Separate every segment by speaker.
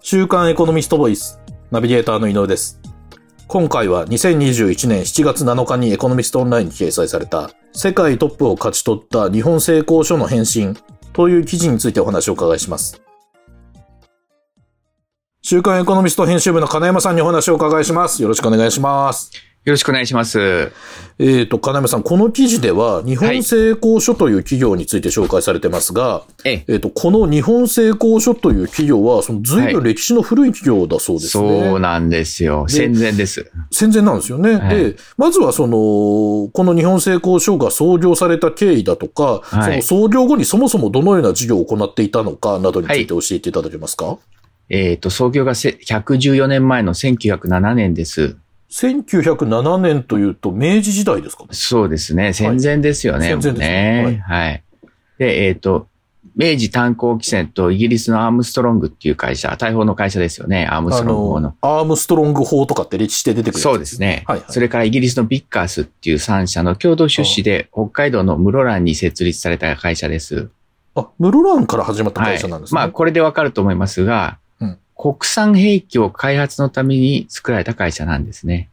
Speaker 1: 週刊エコノミストボイス、ナビゲーターの井上です。今回は2021年7月7日にエコノミストオンラインに掲載された、世界トップを勝ち取った日本成功書の返信という記事についてお話をお伺いします。週刊エコノミスト編集部の金山さんにお話をお伺いします。よろしくお願いします。
Speaker 2: よろしくお願いします。
Speaker 1: えーと、金山さん、この記事では、日本成功書という企業について紹介されてますが、
Speaker 2: ええ、
Speaker 1: えっと、この日本製鋼所という企業は、その随分
Speaker 2: は
Speaker 1: 歴史の古い企業だそうですね。
Speaker 2: そうなんですよ。
Speaker 1: で
Speaker 2: 戦前です。
Speaker 1: 戦前なんですよね。
Speaker 2: はい
Speaker 1: で、まずはその、この日本製鋼所が創業された経緯だとか、
Speaker 2: はい
Speaker 1: その創業後にそもそもどのような事業を行っていたのかなどについて教えていただけますか、
Speaker 2: えっ、と、創業がせ114年前の1907年です。
Speaker 1: ?1907 年というと明治時代ですかね。
Speaker 2: そうですね。戦前ですよね。
Speaker 1: 戦前ですね
Speaker 2: もうねはい。で、えっ、と、明治炭鉱汽船とイギリスのアームストロングっていう会社、大砲の会社ですよね。アームス
Speaker 1: あ
Speaker 2: トロング法の
Speaker 1: の。、アームストロング法とかって歴史で出てくるやつ
Speaker 2: そうですね、
Speaker 1: はいはい
Speaker 2: それからイギリスのビッカースっていう3社の共同出資で北海道の室蘭に設立された会社です。
Speaker 1: あ、室蘭から始まった会社なんですね。
Speaker 2: はい、まあ、これでわかると思いますが、
Speaker 1: うん
Speaker 2: 国産兵器を開発のために作られた会社なんですね。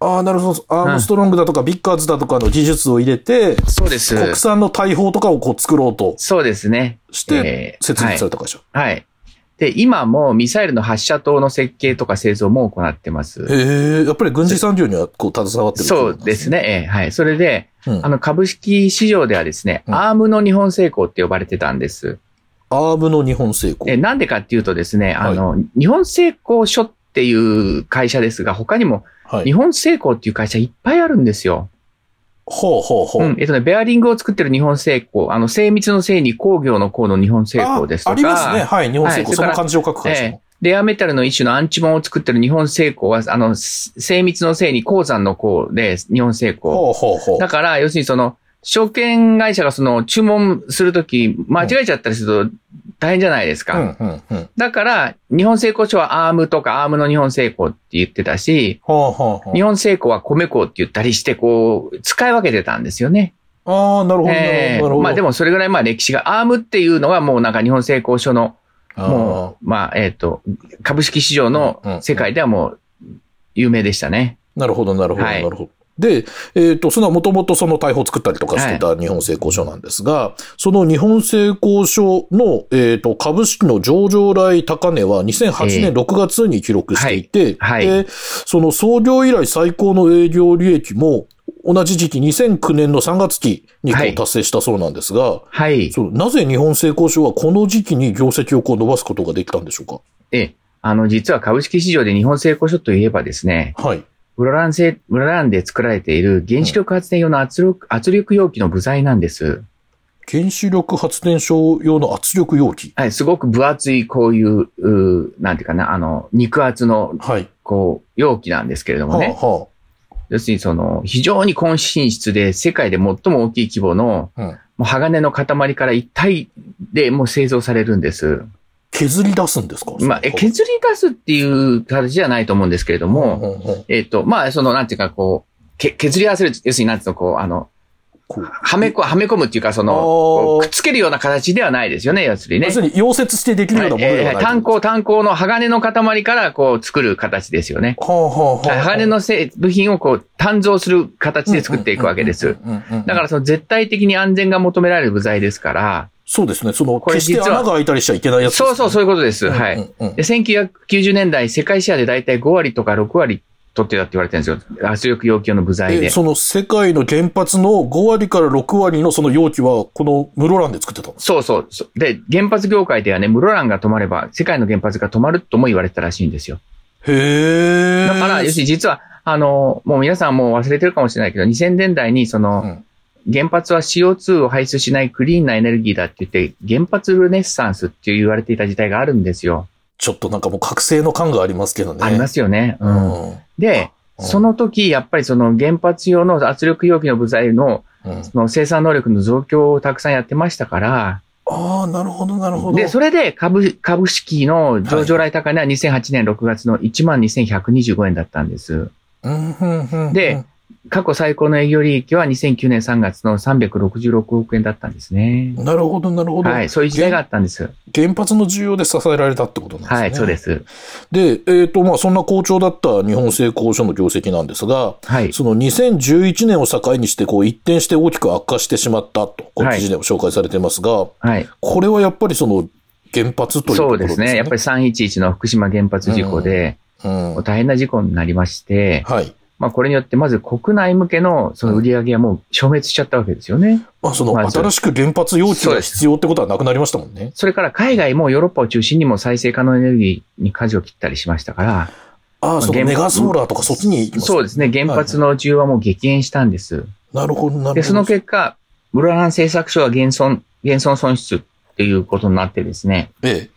Speaker 1: ああ、なるほど。アームストロングだとか、ビッカーズだとかの技術を入れて、
Speaker 2: そうです
Speaker 1: 国産の大砲とかをこう作ろうと
Speaker 2: そうですね。
Speaker 1: して、
Speaker 2: えー
Speaker 1: 設立された会社。
Speaker 2: はい。はい。で、今もミサイルの発射塔の設計とか製造も行ってます。
Speaker 1: ええやっぱり軍事産業にはこう携わってる
Speaker 2: そうです
Speaker 1: ね。
Speaker 2: ね。えーはい。それで、
Speaker 1: うん
Speaker 2: あの、株式市場ではですね、
Speaker 1: うん
Speaker 2: アームの日本製鋼って呼ばれてたんです。
Speaker 1: アームの日本製鋼。
Speaker 2: で、
Speaker 1: え
Speaker 2: なんでかっていうとですね、あの、日本製鋼所っていう会社ですが、他にも
Speaker 1: は
Speaker 2: 日
Speaker 1: い。
Speaker 2: 本製鋼っていう会社いっぱいあるんですよ。
Speaker 1: ほうほうほう。
Speaker 2: うん、えっとね、ベアリングを作ってる日本製鋼、あの、精密のせいに工業の工の日本製鋼ですと
Speaker 1: ああ
Speaker 2: か、
Speaker 1: りますね。はい。日本製鋼。
Speaker 2: はい
Speaker 1: その漢字を書く会社
Speaker 2: え
Speaker 1: も
Speaker 2: え。レアメタルの一種のアンチモンを作ってる日本製鋼は、あの、す精密のせいに鉱山の鉱で、日本製鋼。
Speaker 1: ほうほうほう
Speaker 2: だ。から、要するにその、証券会社がその、注文するとき、間違えちゃったりすると大変じゃないです
Speaker 1: う
Speaker 2: か。
Speaker 1: んうんうん。
Speaker 2: だから、日本製鋼所はアームとかアームの日本製鋼って言ってたし、
Speaker 1: ほうほうほう
Speaker 2: 日。本製鋼は米鋼って言ったりして、こう、使い分けてたんですよね。
Speaker 1: ああ、なるほど。な
Speaker 2: え
Speaker 1: る
Speaker 2: え
Speaker 1: ほど。
Speaker 2: まあでもそれぐらいまあ歴史が、アームっていうのはもうなんか日本製鋼所の、も
Speaker 1: も、
Speaker 2: う、まあえっ、と、株式市場
Speaker 1: うんうん
Speaker 2: の世界ではもう有名でしたね。
Speaker 1: なるほど、なるほど、
Speaker 2: は
Speaker 1: ないるほど。で、えっ、と、そのもともとその大砲作ったりとかしてた日本製鋼所なんですが、その日本製鋼所の、えっ、と、株式の上場来高値は2008
Speaker 2: ええ
Speaker 1: 年6月に記録していて、
Speaker 2: はいは
Speaker 1: で、その創業以来最高の営業利益も、同じ時期2009年の3月期にこ
Speaker 2: は
Speaker 1: う
Speaker 2: い
Speaker 1: 達成したそうなんですが、
Speaker 2: はい。
Speaker 1: そうなぜ日本製鋼所はこの時期に業績をこう伸ばすことができたんでしょう
Speaker 2: ええあの、実は株式市場で日本製鋼所といえばですね、
Speaker 1: かはい。
Speaker 2: 室蘭製、室蘭で作られている原子力発電用の圧力、圧力容器の部材なんです。
Speaker 1: 原子力発電所用の圧力容器。
Speaker 2: はい、すごく分厚いこういう、うーなんていうかな、あの、肉厚の、
Speaker 1: はい。
Speaker 2: こう、容器なんですけれどもね。
Speaker 1: はあはあ
Speaker 2: 要するにその、非常に高品質で、世界で最も大きい規模の、
Speaker 1: うん
Speaker 2: もう鋼の塊から一体でもう製造されるんです。
Speaker 1: 削り出すんですか
Speaker 2: まあ、え削り出すっていう形じゃないと思うんですけれど
Speaker 1: り
Speaker 2: も、えっ、と、まあ、その、なんていうか、こう、け削り合わせる、要するになんていうの、こう、あの、
Speaker 1: こう。
Speaker 2: はめこ、はめ込むっていうか、その、
Speaker 1: あー
Speaker 2: こうくっつけるような形ではないですよね、要するにね
Speaker 1: 要。するに溶接してできるようなものではない
Speaker 2: は。いえー炭鉱、炭鉱の鋼の塊からこう作る形ですよね。
Speaker 1: はあはあはあ。
Speaker 2: 鋼のせい部品をこう、鍛造する形で作っていくわけです。
Speaker 1: うんうんうんうん。
Speaker 2: だからその絶対的に安全が求められる部材ですから、
Speaker 1: そうですね。その、
Speaker 2: これ
Speaker 1: 決して
Speaker 2: 実は
Speaker 1: 穴が開いたりしちゃいけないやつですね。
Speaker 2: そうそう、そういうことです。は
Speaker 1: うん
Speaker 2: い。
Speaker 1: うんうん
Speaker 2: で、1990年代、世界シェアで大体5割とか6割取ってたって言われてるんですよ。圧力要求の部材
Speaker 1: で、
Speaker 2: で。
Speaker 1: その世界の原発の5割から6割のその容器は、この室蘭で作ってたんです。
Speaker 2: そうそうそう。で、原発業界ではね、室蘭が止まれば、世界の原発が止まるとも言われてたらしいんですよ。
Speaker 1: へー。
Speaker 2: だから、要するに実は、あの、もう皆さんもう忘れてるかもしれないけど、2000年代にその、
Speaker 1: うん
Speaker 2: 原発は CO2 を排出しないクリーンなエネルギーだって言って、原発ルネッサンスって言われていた時代があるんですよ。
Speaker 1: ちょっとなんかもう覚醒の感がありますけどね。。
Speaker 2: ありますすよね。
Speaker 1: う
Speaker 2: うん。
Speaker 1: ん。
Speaker 2: で、その時、やっぱりその原発用の圧力容器の部材の
Speaker 1: うん。
Speaker 2: その生産能力の増強をたくさんやってましたから、
Speaker 1: ああ、なるほど、なるほど。
Speaker 2: で、それで株、株式の上場来高値は2008年6月の12,125円だったんです。
Speaker 1: うんうんうんうん
Speaker 2: で、過去最高の営業利益は2009年3月の366億円だったんですね。
Speaker 1: なるほど、なるほど。
Speaker 2: はい、そういう時代があったんです。
Speaker 1: 原発の需要で支えられたってことなんですね。。
Speaker 2: はい、そうですす。
Speaker 1: で、えっ、と、まあ、そんな好調だった日本製鋼所の業績なんですが、
Speaker 2: はい。
Speaker 1: その2011年を境にして、こう、一転して大きく悪化してしまったと、こ
Speaker 2: は
Speaker 1: の
Speaker 2: い
Speaker 1: 記事でも紹介されてますが、
Speaker 2: はい。
Speaker 1: これはやっぱりその、原発というとこ
Speaker 2: そう
Speaker 1: ろで
Speaker 2: です
Speaker 1: ね。
Speaker 2: すね。やっぱり311の福島原発事故で、
Speaker 1: うん
Speaker 2: もう大変な事故になりまして、
Speaker 1: はい。
Speaker 2: まあこれによってまず国内向けのその売り上げはもう消滅しちゃったわけですよね。
Speaker 1: まあ、その、
Speaker 2: まあそう
Speaker 1: 新しく原発要求が必要ってことはなくなりましたもんね。
Speaker 2: それから海外もヨーロッパを中心にも再生可能エネルギーに舵を切ったりしましたから、
Speaker 1: ああ、その
Speaker 2: 原
Speaker 1: メガソーラーとかそっちに行きます
Speaker 2: そうですね。原発の需要はもう激減したんです。
Speaker 1: なるほど、なるほど。
Speaker 2: で、その結果、室蘭製作所は減損、減損損失っていうことになってですね、
Speaker 1: ええ。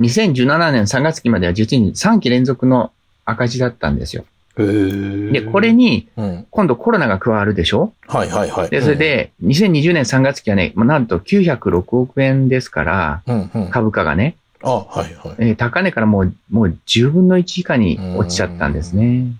Speaker 2: 2017年3月期までは実に3期連続の赤字だったんですよ。
Speaker 1: へー
Speaker 2: で、これ、に、
Speaker 1: うん。
Speaker 2: 今度コロナが加わるでしょ
Speaker 1: はいはいはい。
Speaker 2: で、それで、2020年3月期はね、まあなんと906億円ですから、
Speaker 1: うん、うんうん。
Speaker 2: 株価がね、
Speaker 1: あ、はいは
Speaker 2: えー高値からもう、もう10分の1以下に落ちちゃったんですね。
Speaker 1: い。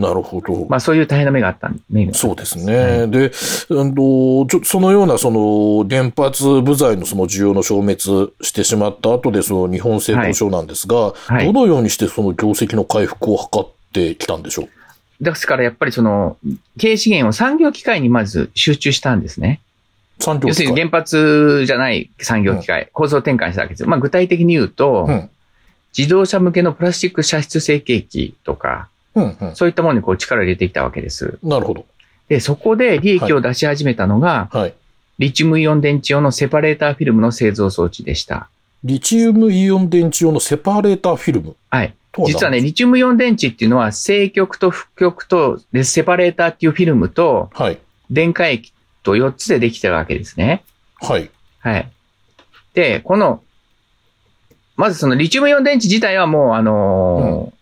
Speaker 1: なるほど。
Speaker 2: まあそういう大変な目があったん目が
Speaker 1: そうですね。で、うんと、ちょ、そのような、その、原発部材のその需要の消滅してしまった後で、その日本製鋼廠なんですが、
Speaker 2: はい
Speaker 1: どのようにしてその業績の回復を図ってきたんでしょう
Speaker 2: ですからやっぱりその、経営資源を産業機械にまず集中したんですね。
Speaker 1: 産業
Speaker 2: 要す
Speaker 1: 機
Speaker 2: るに
Speaker 1: 械。
Speaker 2: 原発じゃない産業機械、構造転換したわけですよ。まあ具体的に言うと、
Speaker 1: うん
Speaker 2: 自動車向けのプラスチック射出成形機とか、
Speaker 1: うん、う
Speaker 2: そういったものにこう力を入れてきたわけです。
Speaker 1: ん。なるほど。
Speaker 2: で、そこで利益を出し始めたのが、
Speaker 1: はい。
Speaker 2: リチウムイオン電池用のセパレーターフィルムの製造装置でした。
Speaker 1: リチウムイオン電池用のセパレーターフィルム
Speaker 2: はい。
Speaker 1: とは何
Speaker 2: 実はね、、リチウムイオン電池っていうのは、正極と負極とでセパレーターっていうフィルムと、
Speaker 1: はい。
Speaker 2: 電解液と4つでできてるわけですね。
Speaker 1: はい。
Speaker 2: はい。で、この、まずそのリチウムイオン電池自体はもう、あのー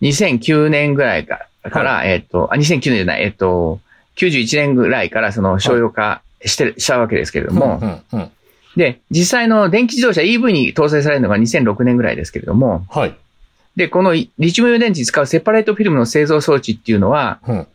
Speaker 2: 2009年ぐらいかから、えっ、と、あ、2009年じゃない、えっ、と、91年ぐらいからその商用化してる、したわけですけれども、
Speaker 1: うん、うん、うん。
Speaker 2: で、実際の電気自動車 EV に搭載されるのが2006年ぐらいですけれども、
Speaker 1: はい。
Speaker 2: で、このリチウムイオン電池に使うセパレートフィルムの製造装置っていうのは、
Speaker 1: うん。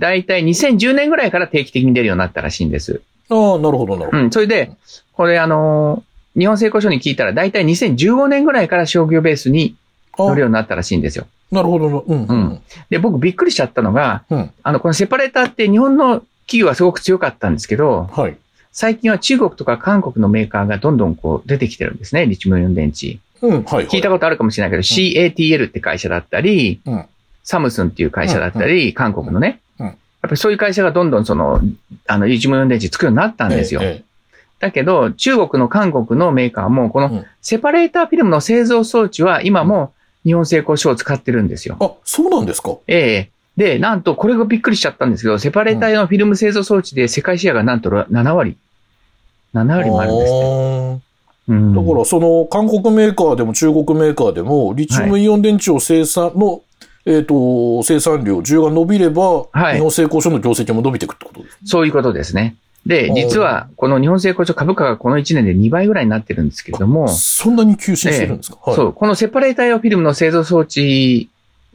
Speaker 2: だいたい2010年ぐらいから定期的に出るようになったらしいんです。
Speaker 1: ああ、なるほど、なるほ
Speaker 2: う
Speaker 1: ど。
Speaker 2: ん、それで、これあのー日本製鋼所に聞いたら、だいたい2015年ぐらいから商業ベースに乗
Speaker 1: あ
Speaker 2: るようになったらしいんですよ。
Speaker 1: なるほどな、うん、うん。
Speaker 2: で、僕びっくりしちゃったのが、
Speaker 1: うん
Speaker 2: あの、このセパレーターって日本の企業はすごく強かったんですけど、
Speaker 1: はい。
Speaker 2: 最近は中国とか韓国のメーカーがどんどんこう出てきてるんですね、リチウムイオン電池。
Speaker 1: うん、はい。
Speaker 2: 聞いた
Speaker 1: こ
Speaker 2: ことあるかもしれないけど、CATL って会社だったり、
Speaker 1: うん
Speaker 2: サムスンっていう会社だったり、韓国のね、
Speaker 1: うん
Speaker 2: やっぱりそういう会社がどんどんその、あの、リチウムイオン電池作るようになったんですよ。
Speaker 1: え
Speaker 2: だけど、中国の韓国のメーカーも、こ
Speaker 1: うん
Speaker 2: のセパレーターフィルムの製造装置は今も日本製鋼所を使ってるんですよ
Speaker 1: え。あ、そうなんですか
Speaker 2: ええで、なんと、これがびっくりしちゃったんですけど、セパレーター用のフィルム製造装置で世界シェアがなんと7割。7割もあるんですね。
Speaker 1: あー
Speaker 2: うん
Speaker 1: だから、その、韓国メーカーでも中国メーカーでも、リチウムイオン電池を生産の、えっ、と、生産量、需要が伸びれば、
Speaker 2: はい
Speaker 1: 日本製鋼所の業績も伸びていくってことです。
Speaker 2: そういうことですね。で
Speaker 1: お、ー
Speaker 2: 実は、この日本製鋼所株価がこの1年で2倍ぐらいになってるんですけれども、
Speaker 1: そんなに急進してるんですか、はい。
Speaker 2: そう、このセパレーター用フィルムの製造装置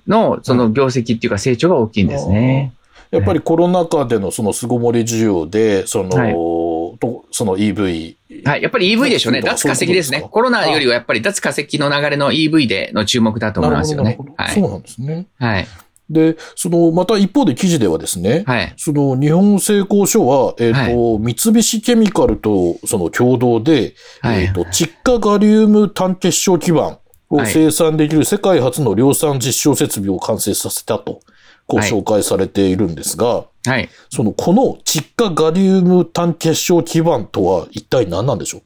Speaker 2: の、その業績っていうか成長が大きいんですね。
Speaker 1: やっぱりコロナ禍でのその巣ごもり需要で、その、
Speaker 2: はい
Speaker 1: とその EV。
Speaker 2: はい。やっぱり EV でしょうね。
Speaker 1: そういうこと
Speaker 2: 脱化石です
Speaker 1: そういうこと。で
Speaker 2: ね
Speaker 1: す
Speaker 2: コロナよりはやっぱり脱化石の流れの EV での注目だと思い
Speaker 1: なる
Speaker 2: ま
Speaker 1: ほ
Speaker 2: す
Speaker 1: ど、
Speaker 2: よ
Speaker 1: なる
Speaker 2: ね
Speaker 1: ほど。。
Speaker 2: は
Speaker 1: そう
Speaker 2: い。
Speaker 1: なんですね。
Speaker 2: はい。
Speaker 1: で、その、また一方で記事ではですね、
Speaker 2: はい。
Speaker 1: その日本製鋼所は、えっ、と、三菱ケミカルとその共同で、
Speaker 2: はい
Speaker 1: えっ、と、窒化ガリウム単結晶基板を
Speaker 2: はい
Speaker 1: 生産できる世界初の量産実証設備を完成させたと、こう
Speaker 2: はい
Speaker 1: 紹介されているんですが、
Speaker 2: はい。
Speaker 1: その、この窒化ガリウム単結晶基板とは一体何なんでしょう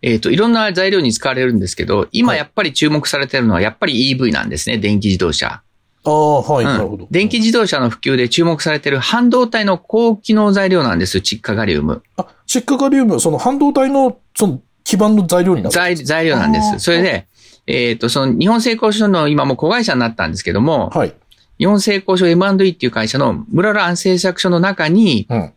Speaker 2: えっ、と、いろんな材料に使われるんですけど、今やっぱり注目されてるのはやっぱり EV なんですね。電気自動車。
Speaker 1: ああ、はい、
Speaker 2: うん
Speaker 1: なるほど。
Speaker 2: 電気自動車の普及で注目されている半導体の高機能材料なんです、窒化ガリウム。
Speaker 1: あ、窒化ガリウムはその半導体の、その基板の材料になる。
Speaker 2: 材材料なんで
Speaker 1: あー
Speaker 2: す。それで、えっ、と、その日本製鋼所の今もう子会社になったんですけども、
Speaker 1: はい。
Speaker 2: 日本製鋼所 M&E っていう会社の室蘭製作所の中に、
Speaker 1: うん。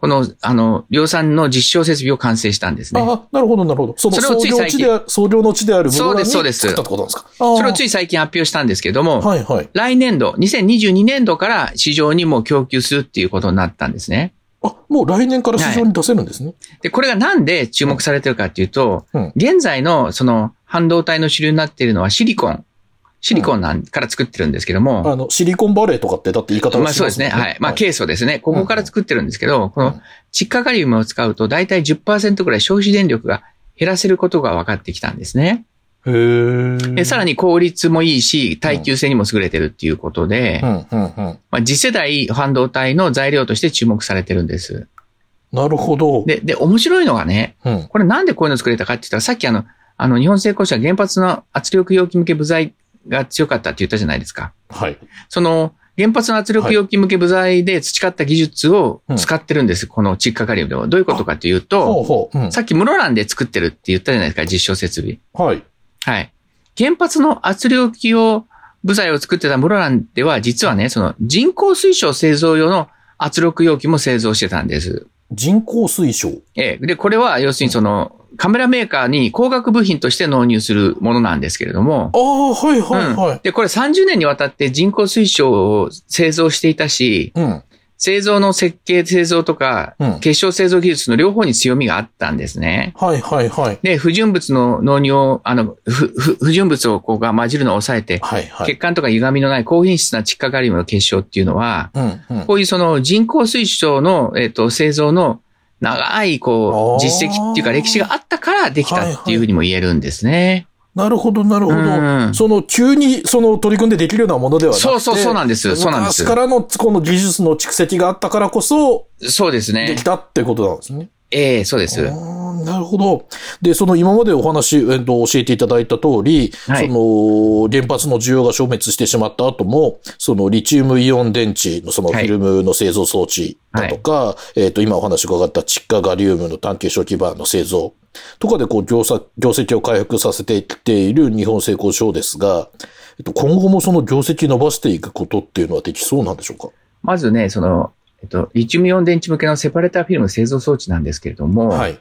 Speaker 2: この、あの、量産の実証設備を完成したんですね。
Speaker 1: ああ、なるほど、なるほど。その
Speaker 2: それ
Speaker 1: 創
Speaker 2: をつい
Speaker 1: 業
Speaker 2: 最
Speaker 1: 地
Speaker 2: 近
Speaker 1: であ、創業の地である室
Speaker 2: そう
Speaker 1: 蘭
Speaker 2: で
Speaker 1: に
Speaker 2: すそうです
Speaker 1: 作ったってことなんですか。
Speaker 2: それをつ
Speaker 1: い
Speaker 2: い最近発表したんですけども、
Speaker 1: はいはい。
Speaker 2: 来年度、2022年度から市場にもう供給するっていうことになったんですね。
Speaker 1: あ、もう来年から市場に出せるんですね。
Speaker 2: で、これがなんで注目されてるかっていうと、
Speaker 1: うん
Speaker 2: 現在のその半導体の主流になっているのはシリコン。シリコンなん、から作ってるんですけども、
Speaker 1: あの、シリコンバレーとかってだって言い方
Speaker 2: まあそうですね。はい。まあ、ケイ素ですね。ここから作ってるんですけど、こ
Speaker 1: う
Speaker 2: の
Speaker 1: ん、
Speaker 2: 窒化カリウムを使うと、だいたい10%ぐらい消費電力が減らせることが分かってきたんですね。
Speaker 1: へー
Speaker 2: でさらに効率もいいし、耐久性にも優れてるっていうことで、
Speaker 1: うん、うん、うん。
Speaker 2: まあ、次世代半導体の材料として注目されてるんです。
Speaker 1: なるほど。
Speaker 2: で、で、面白いのがね、
Speaker 1: うん。
Speaker 2: これなんでこういうの作れたかって言ったら、さっきあの、あの、日本製鋼社は原発の圧力容器向け部材が強かったって言ったじゃないですか。
Speaker 1: はい。
Speaker 2: その、原発の圧力容器向け部材で培った技術を使ってるんです。この窒化カリウムでも。どういうことかという
Speaker 1: ほう
Speaker 2: と、
Speaker 1: ほう。うん。
Speaker 2: さっき室蘭で作ってるって言ったじゃないですか、実証設備。
Speaker 1: はい。
Speaker 2: はい。原発の圧力用部材を作ってた室蘭では、実はね、その人工水晶製造用の圧力容器も製造してたんです。
Speaker 1: 人工水晶。
Speaker 2: ええ。で、これは要するにその、カメラメーカーに光学部品として納入するものなんですけれども
Speaker 1: あ、あ、はいはいは
Speaker 2: うんで、これ30年にわたって人工水晶を製造していたし、
Speaker 1: い。うん。
Speaker 2: 製造の設計、製造とか、
Speaker 1: うん。
Speaker 2: 結晶製造技術の両方に強みがあったんですね。
Speaker 1: はいはいはい。
Speaker 2: で、不純物の納入を、あの、ふふ不純物をこうが混じるのを抑えて、
Speaker 1: はいはい。
Speaker 2: 血管とか歪みのない高品質な窒化カリウムの結晶っていうのは、
Speaker 1: うん、うん。
Speaker 2: こういうその人工水晶の、えっと製造の長いこ
Speaker 1: あー
Speaker 2: う実績っていうか歴史があったからできたっていうふうにも言えるんですね。
Speaker 1: なるほど、なるほ
Speaker 2: う
Speaker 1: ど。
Speaker 2: ん
Speaker 1: その、急に、その、取り組んでできるようなものではなくて。
Speaker 2: そうそうそうなんです。そうなんです
Speaker 1: 昔。からの、この技術の蓄積があったからこそ、
Speaker 2: そうです
Speaker 1: で
Speaker 2: ね
Speaker 1: き。たってことなんですね。
Speaker 2: ええそうです。
Speaker 1: あーなるほど。で、その今までお話、えっと、教えていただいた通り、
Speaker 2: はい
Speaker 1: その、原発の需要が消滅してしまった後も、その、リチウムイオン電池のそのフ
Speaker 2: はい
Speaker 1: ィルムの製造装置だとか、えっと、今お話伺った窒化ガリウムの単球小基板の製造とかで、こう、業績業績を回復させてきている日本製鋼廠ですが、えっと、今後もその業績伸ばしていくことっていうのはできそうなんでしょうか
Speaker 2: まずね、その、えっと、リチウムイオン電池向けのセパレーターフィルム製造装置なんですけれども、
Speaker 1: はい。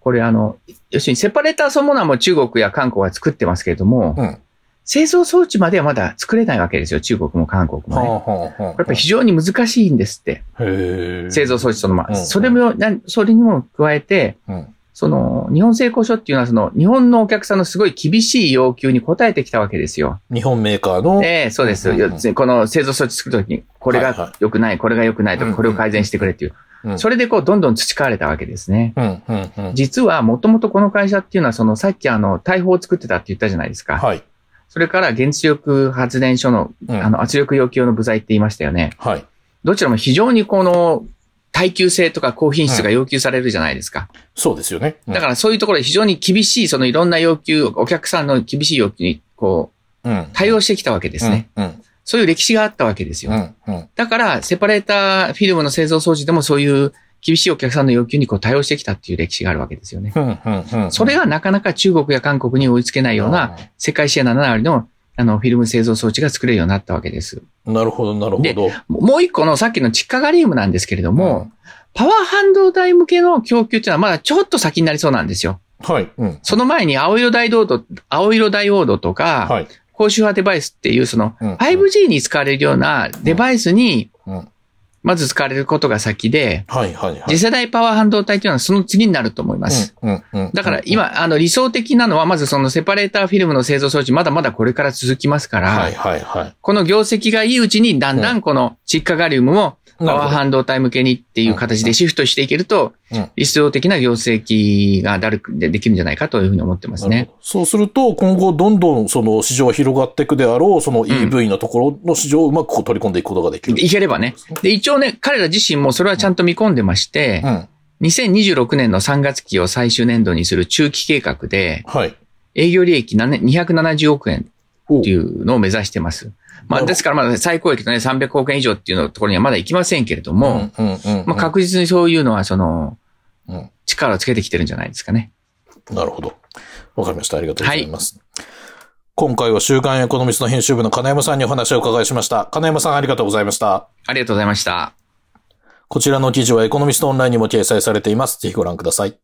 Speaker 2: これあの、要するにセパレーターそのものはもう中国や韓国は作ってますけれども、
Speaker 1: うん。は
Speaker 2: 製造装置まではまだ作れないわけですよ、中国も韓国
Speaker 1: あ、
Speaker 2: も
Speaker 1: は
Speaker 2: ね。
Speaker 1: あ、はあ。
Speaker 2: これやっぱり非常に難しいんですって。
Speaker 1: へえ
Speaker 2: 製造装置そのま
Speaker 1: うん
Speaker 2: ま。それも、なそれにも加えて、
Speaker 1: うん。
Speaker 2: その、日本製鋼所っていうのは、その、日本のお客さんのすごい厳しい要求に応えてきたわけですよ。
Speaker 1: 日本メーカーの、
Speaker 2: ええ、そうで
Speaker 1: う
Speaker 2: す。
Speaker 1: んうんうん
Speaker 2: 要するにこの製造装置作るときに、これ
Speaker 1: はいは
Speaker 2: が良くない、これが良くないと
Speaker 1: うんう
Speaker 2: か、
Speaker 1: ん
Speaker 2: これを改善してくれっていう
Speaker 1: う。ん
Speaker 2: それでこう、どんどん培われたわけですね。
Speaker 1: うん、うん、うん。
Speaker 2: 実は、もともとこの会社っていうのは、その、さっきあの、大砲を作ってたって言ったじゃないですか。
Speaker 1: はい。
Speaker 2: それから、原子力発電所の、
Speaker 1: うん
Speaker 2: あの、圧力要求用の部材って言いましたよね。
Speaker 1: はい。
Speaker 2: どちらも非常にこの耐久性とか高品質が要求されるじゃないですか。
Speaker 1: そうですよね。、
Speaker 2: だかららそういうところで非常に厳しい、そのいろんな要求、お客さんの厳しい要求にこう
Speaker 1: うん。
Speaker 2: 対応してきたわけで
Speaker 1: です
Speaker 2: ね。。
Speaker 1: うん。
Speaker 2: そういう歴史があったわけです
Speaker 1: う
Speaker 2: よ。
Speaker 1: ん。うん。
Speaker 2: だからセパレーターフィルムの製造装置でもそういう厳しいお客さんの要求にこう対応してきたっていう歴史があるわけですよね。
Speaker 1: うん。うん。うん。
Speaker 2: それがなかなか中国や韓国に追いつけないような世界シェア7割のあのフィルム製造装置が作れるようになったわけです。
Speaker 1: うん。なるほど、なるほど。
Speaker 2: もう一個のさっきの窒化ガリウムなんですけれども、パワー半導体向けの供給っていうのはまだちょっと先になりそうなんですよ。
Speaker 1: はい。うん。
Speaker 2: その前に青色ダイオード、青色ダイオードとか、
Speaker 1: はい。
Speaker 2: 高周波デバイスっていうその
Speaker 1: うん
Speaker 2: 5G に使われるようなデバイスに
Speaker 1: うん。はい。
Speaker 2: まず使われることが先で、
Speaker 1: はい。はい。
Speaker 2: 次世代パワー半導体っていうのはその次になると思います。
Speaker 1: うん。うん。うん。
Speaker 2: だから、今、あの理想的なのはまずそのセパレーターフィルムの製造装置まだまだこれから続きますから、
Speaker 1: はい。はい。はい。
Speaker 2: この業績がいいうちにだんだんこの窒化ガリウムもパワー半導体向けにっていう形でシフトしていけると
Speaker 1: うん、
Speaker 2: 理想的な業績がだるくでできるんじゃないかというふうに思ってますね。
Speaker 1: そうすると、今後どんどんその市場が広がっていくであろう、その EV のところの市場をうまくこう取り込んでいくことができる。
Speaker 2: いければね。で、一応ね、彼ら自身もそれはちゃんと見込んでまして
Speaker 1: う、ん。
Speaker 2: 2026年の3月期を最終年度にする中期計画で、
Speaker 1: はい。
Speaker 2: 営業利益なね270億円
Speaker 1: お
Speaker 2: っていうのを目指してます。
Speaker 1: なるほ
Speaker 2: まあ、
Speaker 1: ど
Speaker 2: ですからまだ最高益のね、300億円以上っていうのところにはまだ行きませんけれど
Speaker 1: う
Speaker 2: も、
Speaker 1: ん。うん。うん。
Speaker 2: まあ、確実にそういうのは、その
Speaker 1: うん、
Speaker 2: 力をつけてきてるんじゃないですかね。
Speaker 1: なるほど。わかりました。ありがとうございます。今回は週刊エコノミスト編集部の金山さんにお話をお伺いしました。金山さんありがとうございました。
Speaker 2: ありがとうございました。
Speaker 1: こちらの記事はエコノミストオンラインにも掲載されています。ぜひご覧ください。